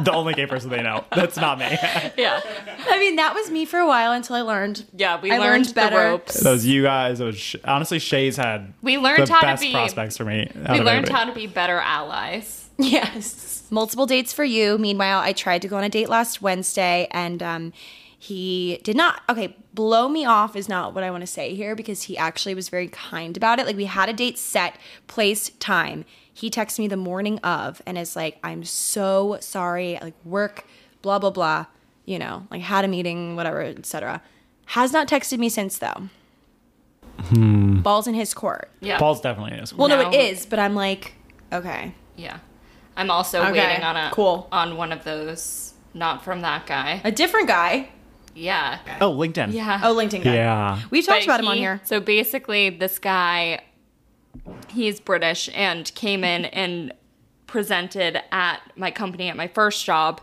the only gay person they know. That's not
[LAUGHS]
me. that
Yeah,
I mean, that was me for a while until I learned.
yeah. We
I
learned,
learned
the
better.
ropes.
was you guys. It was Sh- honestly Shay's had
We learned
the
how to
best
be-
prospects for me. out
We
of
learned
anybody.
how to be better allies.
Yes. Multiple dates for you. Meanwhile, I tried to go on a date last Wednesday and um, he did not. Okay, blow me off is not what I want to say here because he actually was very kind about it. Like, we had a date set, place, time. He texted me the morning of and is like, I'm so sorry. Like, work, blah, blah, blah. You know, like, had a meeting, whatever, etc. Has not texted me since, though. Ball's in his court.
Yeah,
Paul's definitely is.
Well, no,
No.
it is, but I'm like, okay.
yeah. I'm also
Okay,
waiting on a
cool.
on one of those. Not from that guy.
A different guy.
Yeah,
oh, LinkedIn.
yeah.
Oh, LinkedIn guy.
Yeah.
We've talked
Uh-huh. But
about him on
he-
here.
So basically, this guy, he's British and came in and presented at my company at my first job.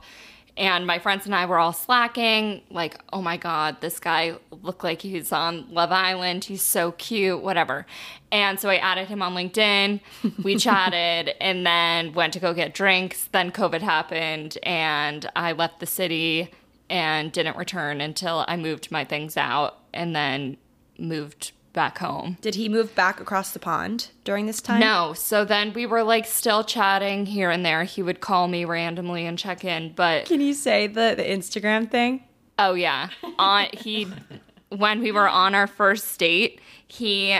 And my friends and I were all slacking, like, oh my God, this guy looked like he's on Love Island. He's so cute, whatever. And so I added him on LinkedIn. We chatted and then went to go get drinks. Then COVID happened and I left the city and didn't return until I moved my things out and then moved back home.
Did he move back across the pond during this time?
No, so then we were like still chatting here and there. He would call me randomly and check in, but
Can you say the, the Instagram thing?
oh yeah, on he when we were on our first date, he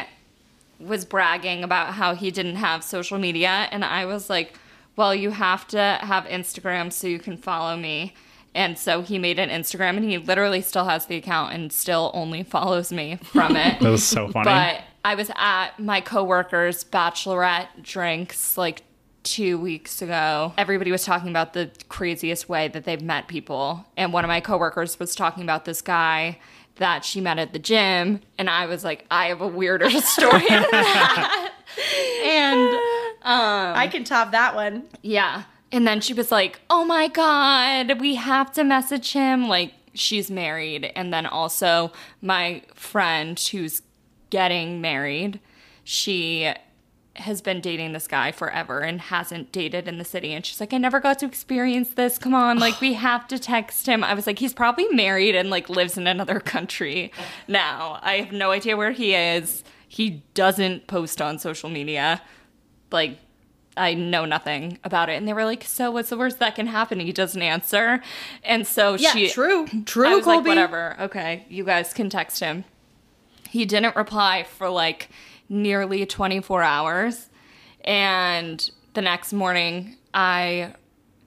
was bragging about how he didn't have social media and I was like, "Well, you have to have Instagram so you can follow me." And so he made an Instagram and he literally still has the account and still only follows me from it.
That was
[LAUGHS]
so funny.
But I was at my coworker's bachelorette drinks like two weeks ago. Everybody was talking about the craziest way that they've met people. And one of my coworkers was talking about this guy that she met at the gym. And I was like, I have a weirder [LAUGHS] story than that. And Um,
I can top that one.
yeah. And then she was like, oh my God, we have to message him. Like, she's married. And then also, my friend who's getting married, she has been dating this guy forever and hasn't dated in the city. And she's like, I never got to experience this. Come on. Like, we have to text him. I was like, he's probably married and like lives in another country now. I have no idea where he is. He doesn't post on social media. Like, I know nothing about it. And they were like, So what's the worst that can happen? He doesn't answer. And so
Yeah,
she
true. True,
I was like,
Colby.
whatever. Okay, you guys can text him. He didn't reply for like nearly 24 hours. And the next morning, I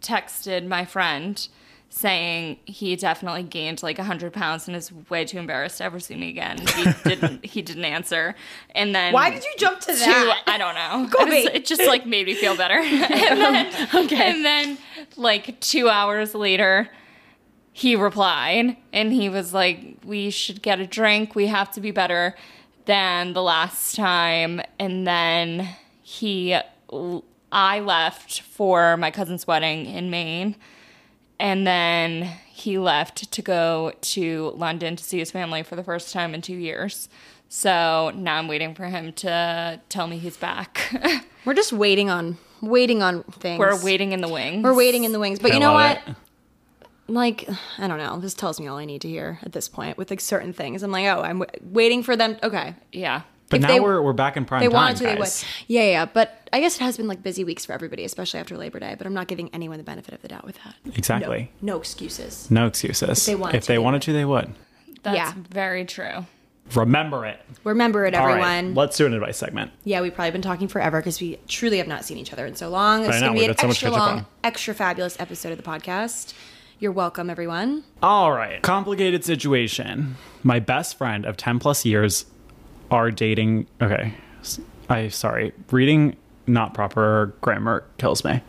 texted my friend saying he definitely gained like 100 pounds and is way too embarrassed to ever see me again. He
[LAUGHS]
didn't he didn't answer. And then
Why did you jump to
to
that?
I don't know.
[LAUGHS] Colby.
It, was- it just like made me feel better.
[LAUGHS]
and then, and then like two hours later, he replied and he was like, "We should get a drink. We have to be better than the last time." And then he I left for my cousin's wedding in Maine and then he left to go to London to see his family for the first time in 2 years. So now I'm waiting for him to tell me he's back. [LAUGHS]
We're just waiting on waiting on things.
We're waiting in the wings.
We're waiting in the wings. But you know
love
what? Like, I don't know. This tells me all I need to hear at this point with like certain things. I'm like, oh, I'm w- waiting for them. Okay.
Yeah.
But
If
now
they-
we're we're back in prime
They
time.
wanted to, they would.
guys.
Yeah, yeah. But I guess it has been like busy weeks for everybody, especially after Labor Day. But I'm not giving anyone the benefit of the doubt with that.
Exactly.
No excuses.
No excuses. If
they wanted
if
to,
they
they
wanted to, they would.
That's
Yeah.
very true.
Remember it.
Remember it,
All
everyone.
right, let's do an advice segment.
Yeah, we've probably been talking forever because we truly have not seen each other in so long. It's
I know,
going to be
we've
an
got so much to
extra
catch up
long,
on.
extra fabulous episode of the podcast. You're welcome, everyone.
All right. Complicated situation. My best friend of 10 plus years are dating. Okay. S- I sorry. Reading not proper grammar kills me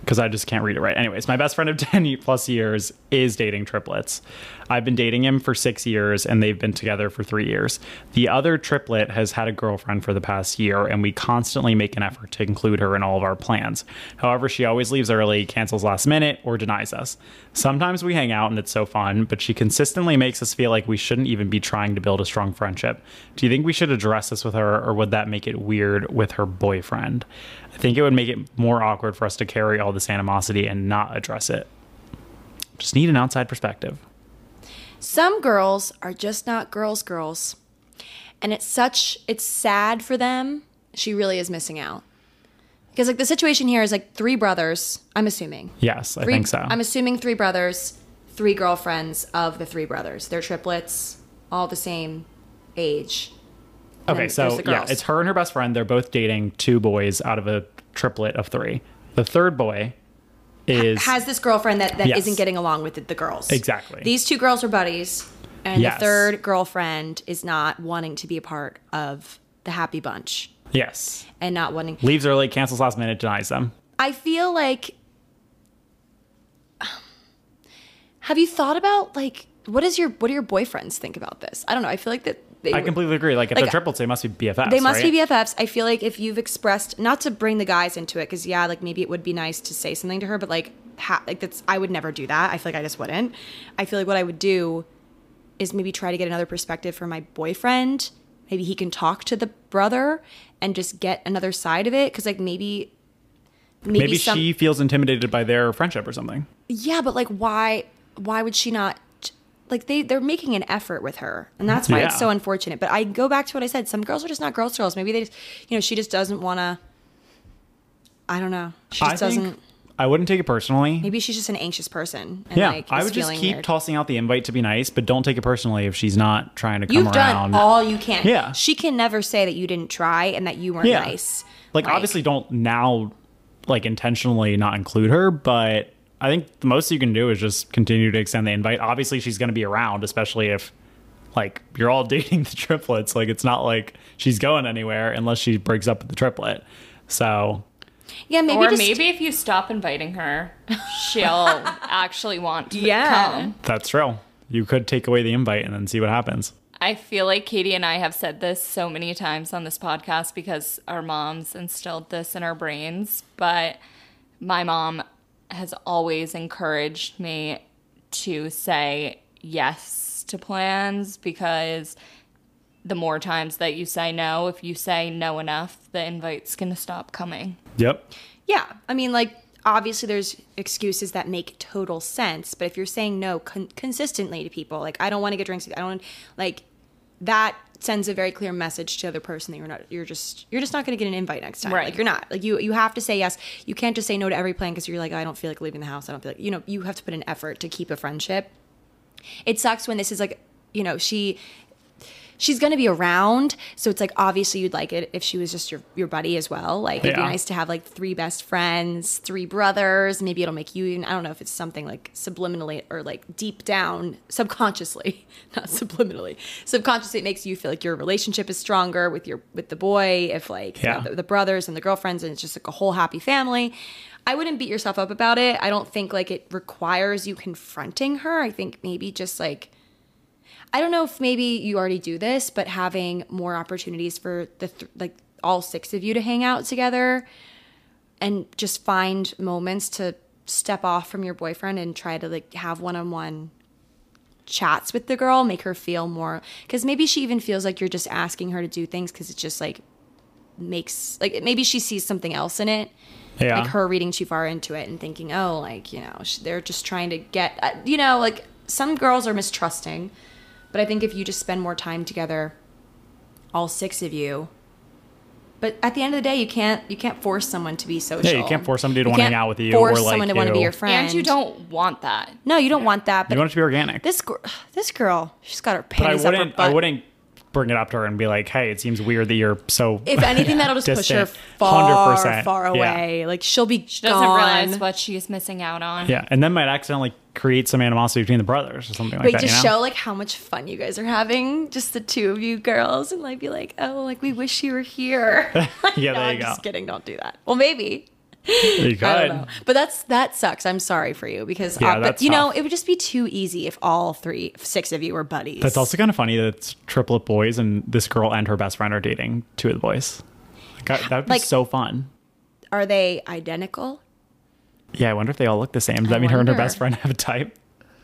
because I just can't read it right. Anyways, my best friend of [LAUGHS] 10 ye- plus years is dating triplets. I've been dating him for six years and they've been together for three years. The other triplet has had a girlfriend for the past year and we constantly make an effort to include her in all of our plans. However, she always leaves early, cancels last minute, or denies us. Sometimes we hang out and it's so fun, but she consistently makes us feel like we shouldn't even be trying to build a strong friendship. Do you think we should address this with her or would that make it weird with her boyfriend? I think it would make it more awkward for us to carry all this animosity and not address it. Just need an outside perspective.
Some girls are just not girls, girls. And it's such, it's sad for them. She really is missing out. Because, like, the situation here is like three brothers, I'm assuming.
Yes, I
Three-
think so.
I'm assuming three brothers, three girlfriends of the three brothers. They're triplets, all the same age.
okay,
then
so
there's the
yeah,
girls.
it's her and her best friend. They're both dating two boys out of a triplet of three. The third boy is
Has this girlfriend that, that
Yes.
not getting along with the, the girls.
Exactly.
These two girls are buddies, and
Yes.
the third girlfriend is not wanting to be a part of the happy bunch
yes
and not wanting.
leaves early, cancels last minute, denies them.
I feel like. [SIGHS] Have you thought about like what does your what do your boyfriends think about this? I don't know. I feel like that they
I completely agree. Like if
Like,
they're triplets, they must be BFFs.
they must
right?
be BFFs. I feel like if you've expressed not to bring the guys into it because yeah, like maybe it would be nice to say something to her, but like ha- like that's I would never do that. I feel like I just wouldn't. I feel like what I would do is maybe try to get another perspective from my boyfriend. Maybe he can talk to the brother and just get another side of it because like maybe maybe,
Maybe
some,
she feels intimidated by their friendship or something.
yeah, but like why why would she not like they they're making an effort with her. And that's why
Yeah.
it's so unfortunate. But I go back to what I said. Some girls are just not girls girls. Maybe they just you know, she just doesn't want to I don't know. She just
I
doesn't
think I wouldn't take it personally.
maybe she's just an anxious person and
yeah,
like
I
is
would just
feeling
keep
weird.
tossing out the invite to be nice, but don't take it personally if she's not trying to come
You've
around.
done all you can.
Yeah.
She can never say that you didn't try and that you weren't
Yeah.
nice.
like, obviously, don't now like intentionally not include her, but I think the most you can do is just continue to extend the invite. Obviously, she's going to be around, especially if like you're all [LAUGHS] dating the triplets. Like, it's not like she's going anywhere unless she breaks up with the triplet. So
Yeah, maybe
or
just,
maybe if you stop inviting her,
[LAUGHS]
she'll actually want to
Yeah.
come.
that's true. You could take away the invite and then see what happens.
I feel like Katie and I have said this so many times on this podcast because our moms instilled this in our brains, but my mom has always encouraged me to say yes to plans because the more times that you say no, if you say no enough, the invite's going to stop coming.
Yep.
Yeah. I mean, like, obviously there's excuses that make total sense, but if you're saying no con- consistently to people, like, I don't want to get drinks, with- I don't, like, that sends a very clear message to the other person that you're not you're just you're just not going to get an invite next time
Right.
like you're not like you you have to say yes you can't just say no to every plan because you're like i don't feel like leaving the house i don't feel like you know you have to put an effort to keep a friendship it sucks when this is like you know she she's going to be around so it's like obviously you'd like it if she was just your, your buddy as well like it'd be
Yeah.
nice to have like three best friends three brothers maybe it'll make you even i don't know if it's something like subliminally or like deep down subconsciously [LAUGHS] not subliminally subconsciously it makes you feel like your relationship is stronger with your with the boy if like you know,
Yeah.
the, the brothers and the girlfriends and it's just like a whole happy family i wouldn't beat yourself up about it i don't think like it requires you confronting her i think maybe just like I don't know if maybe you already do this, but having more opportunities for the th- like all six of you to hang out together and just find moments to step off from your boyfriend and try to like have one-on-one chats with the girl make her feel more because maybe she even feels like you're just asking her to do things because it just like makes like maybe she sees something else in it
Yeah.
like her reading too far into it and thinking oh like you know sh- they're just trying to get uh, you know like some girls are mistrusting but i think if you just spend more time together all six of you but at the end of the day you can't you can't force someone to be social
can't force somebody to wanna
can't
hang out with you or
force
like
someone to want to be
you.
your friend
And you don't want that.
no you don't want that but
You want it to be organic.
this gr- [SIGHS] this girl she's got her
but I
panties up her
wouldn't.
butt
I wouldn't bring it up to her and be like, "Hey, it seems weird that you're so."
if anything that'll just push her
Distant.
far
100%,
far
yeah.
away like she'll be
She doesn't
gone.
realize what she's missing out on.
yeah, and then might accidentally create some animosity between the brothers or something like
Wait,
that.
just
you know?
show like how much fun you guys are having, just the two of you girls, and like be like, oh, like we wish you
[LAUGHS]
were here. [LAUGHS]
Yeah,
no,
there you
I'm
go.
just kidding. Don't do that. Well, maybe
You could.
I don't know, but that's that sucks. I'm sorry for you because,
Yeah,
uh, but
that's
you know,
tough.
it would just be too easy if all three, six of you were buddies.
That's also kind of funny that it's triplet boys and this girl and her best friend are dating two of the boys. That would be
Like-
so fun.
Are they identical?
Yeah, I wonder if they all look the same. Does that mean her and her
wonder.
best friend [LAUGHS] have a type?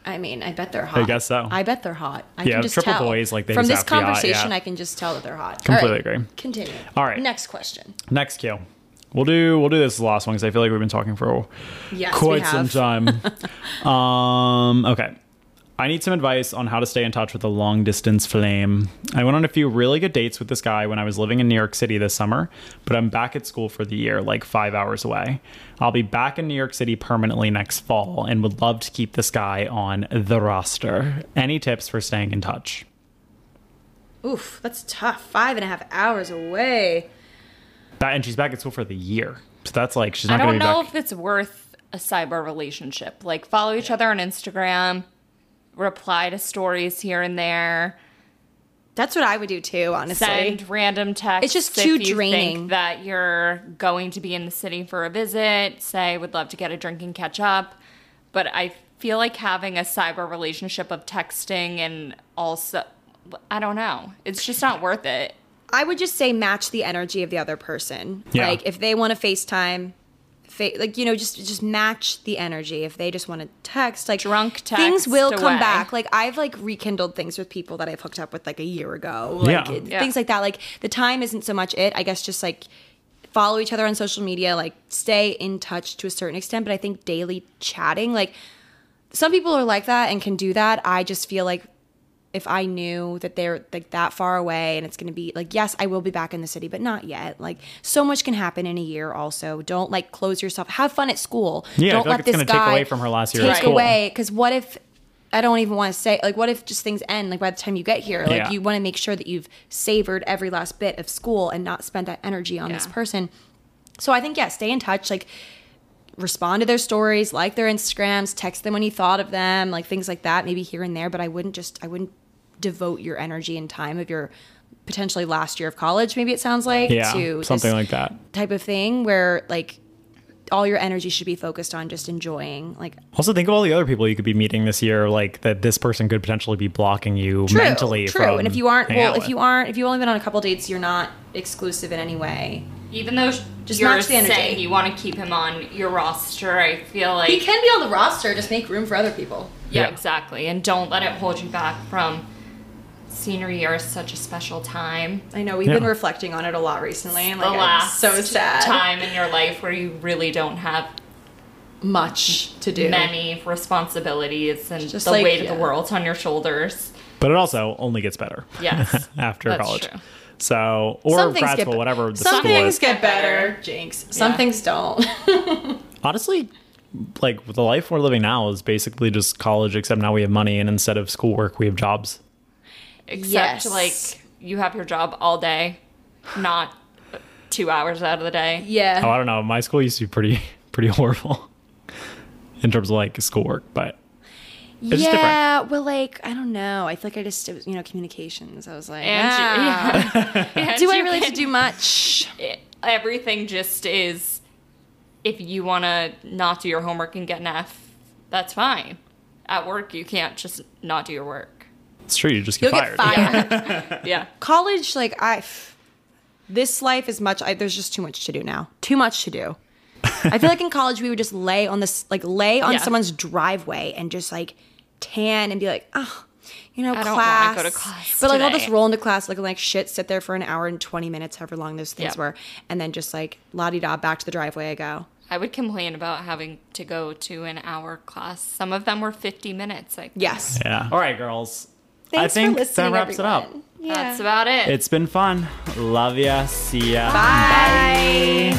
I mean, I bet they're hot.
guess so.
I bet they're hot. I
Yeah,
can just
triple
tell.
boys, like, they
from
just
this
have to be hot,
conversation,
yeah.
I can just tell that they're hot.
Completely
All right,
agree.
Continue.
All right.
Next question.
Next cue. We'll do we'll do this as the last one because I feel like we've been talking for
Yes, we
quite some
have.
time.
[LAUGHS]
um, okay. I need some advice on how to stay in touch with a long distance flame. I went on a few really good dates with this guy when I was living in New York City this summer, but I'm back at school for the year, like five hours away. I'll be back in New York City permanently next fall and would love to keep this guy on the roster. Any tips for staying in touch?
Oof, that's tough. Five and a half hours away.
That, and she's back at school for the year. So that's like, she's
I
not going to
don't
be
know
back.
if it's worth a cyber relationship. Like follow each other on Instagram, reply to stories here and there,
That's what I would do too, honestly.
send random texts.
It's just
if
too
you think
draining.
that you're going to be in the city for a visit. Say would love to get a drink and catch up, but I feel like having a cyber relationship of texting and also I don't know. It's just not worth it.
I would just say match the energy of the other person.
Yeah.
Like if they want to FaceTime, fa- like you know, just just match the energy. If they just want to text, like
Drunk
things
text
will come
away.
back. Like I've like rekindled things with people that I've hooked up with like a year ago. Like
Yeah.
it-
Yeah.
things like that. Like the time isn't so much it. I guess just like follow each other on social media, like stay in touch to a certain extent. But I think daily chatting, like some people are like that and can do that. I just feel like if I knew that they're like that far away and it's going to be like, yes, I will be back in the city, but not yet. Like, so much can happen in a year. Also, don't like close yourself. Have fun at school.
Yeah, I
don't
feel like
let
it's
this
gonna take
guy
away from her last year at
Take
school.
away because what if I don't even want to say like, what if just things end like by the time you get here? Like,
Yeah.
you want to make sure that you've savored every last bit of school and not spent that energy on this
Yeah.
person. So I think yeah, stay in touch. Like respond to their stories, like their Instagrams, text them when you thought of them, like things like that, maybe here and there. But I wouldn't just, I wouldn't devote your energy and time of your potentially last year of college, maybe it sounds like,
Yeah,
to
something
this
like that.
type of thing where like all your energy should be focused on just enjoying. Like,
Also, think of all the other people you could be meeting this year, like that this person could potentially be blocking you
true,
mentally.
true.
From
and if you aren't,
hanging
well,
out
if
with.
you aren't, if you've only been on a couple dates, you're not exclusive in any way.
Even though
Just
you're
match the energy.
saying you want to keep him on your roster, I feel like
He can be on the roster, just make room for other people.
Yeah,
Yeah.
exactly. And don't let it hold you back from senior year is such a special time.
I know we've
Yeah.
been reflecting on it a lot recently, and
The
like, I'm
last
so sad.
time in your life where you really don't have
Much to do.
many responsibilities and
Just
the
like-
weight
yeah.
of the world's on your shoulders.
but it also only gets better. [LAUGHS]
Yes,
after
that's
college.
true.
So or grad school, whatever the
some
school
things
is.
get better, Jinx. Some
Yeah.
things don't. [LAUGHS]
Honestly, like the life we're living now is basically just college, except now we have money, and instead of schoolwork, we have jobs.
Except
Yes.
like you have your job all day, not two hours out of the day.
yeah.
Oh, I don't know. My school used to be pretty [LAUGHS] pretty horrible [LAUGHS] in terms of like schoolwork, but it's just different.
yeah. Well, like I don't know. I feel like I just it was, you know communications. I was like,
And you-
ah,
[LAUGHS]
And
do I
you
really have
can-
to do much?
it- everything just is if you want to not do your homework and get an F, that's fine. At work, you can't just not do your work.
It's true. You just get
You'll
fired.
[LAUGHS] get fired.
Yeah.
College, like I. This life is much. I, there's just too much to do now. Too much to do. I feel like in college we would just lay on this, like lay on
Yeah.
someone's driveway and just like tan and be like, oh, you know,
I don't
class.
wanna go to class
But like I'll
today.
just roll into class looking like shit, sit there for an hour and twenty minutes, however long those things
Yeah.
were, and then just like la di da back to the driveway I go.
I would complain about having to go to an hour class. Some of them were 50 minutes. Like,
Yes.
Yeah. All right, girls.
Thanks
I think
for listening.
that wraps it up.
everyone. Yeah.
that's about it.
It's been fun. Love ya. See ya.
Bye.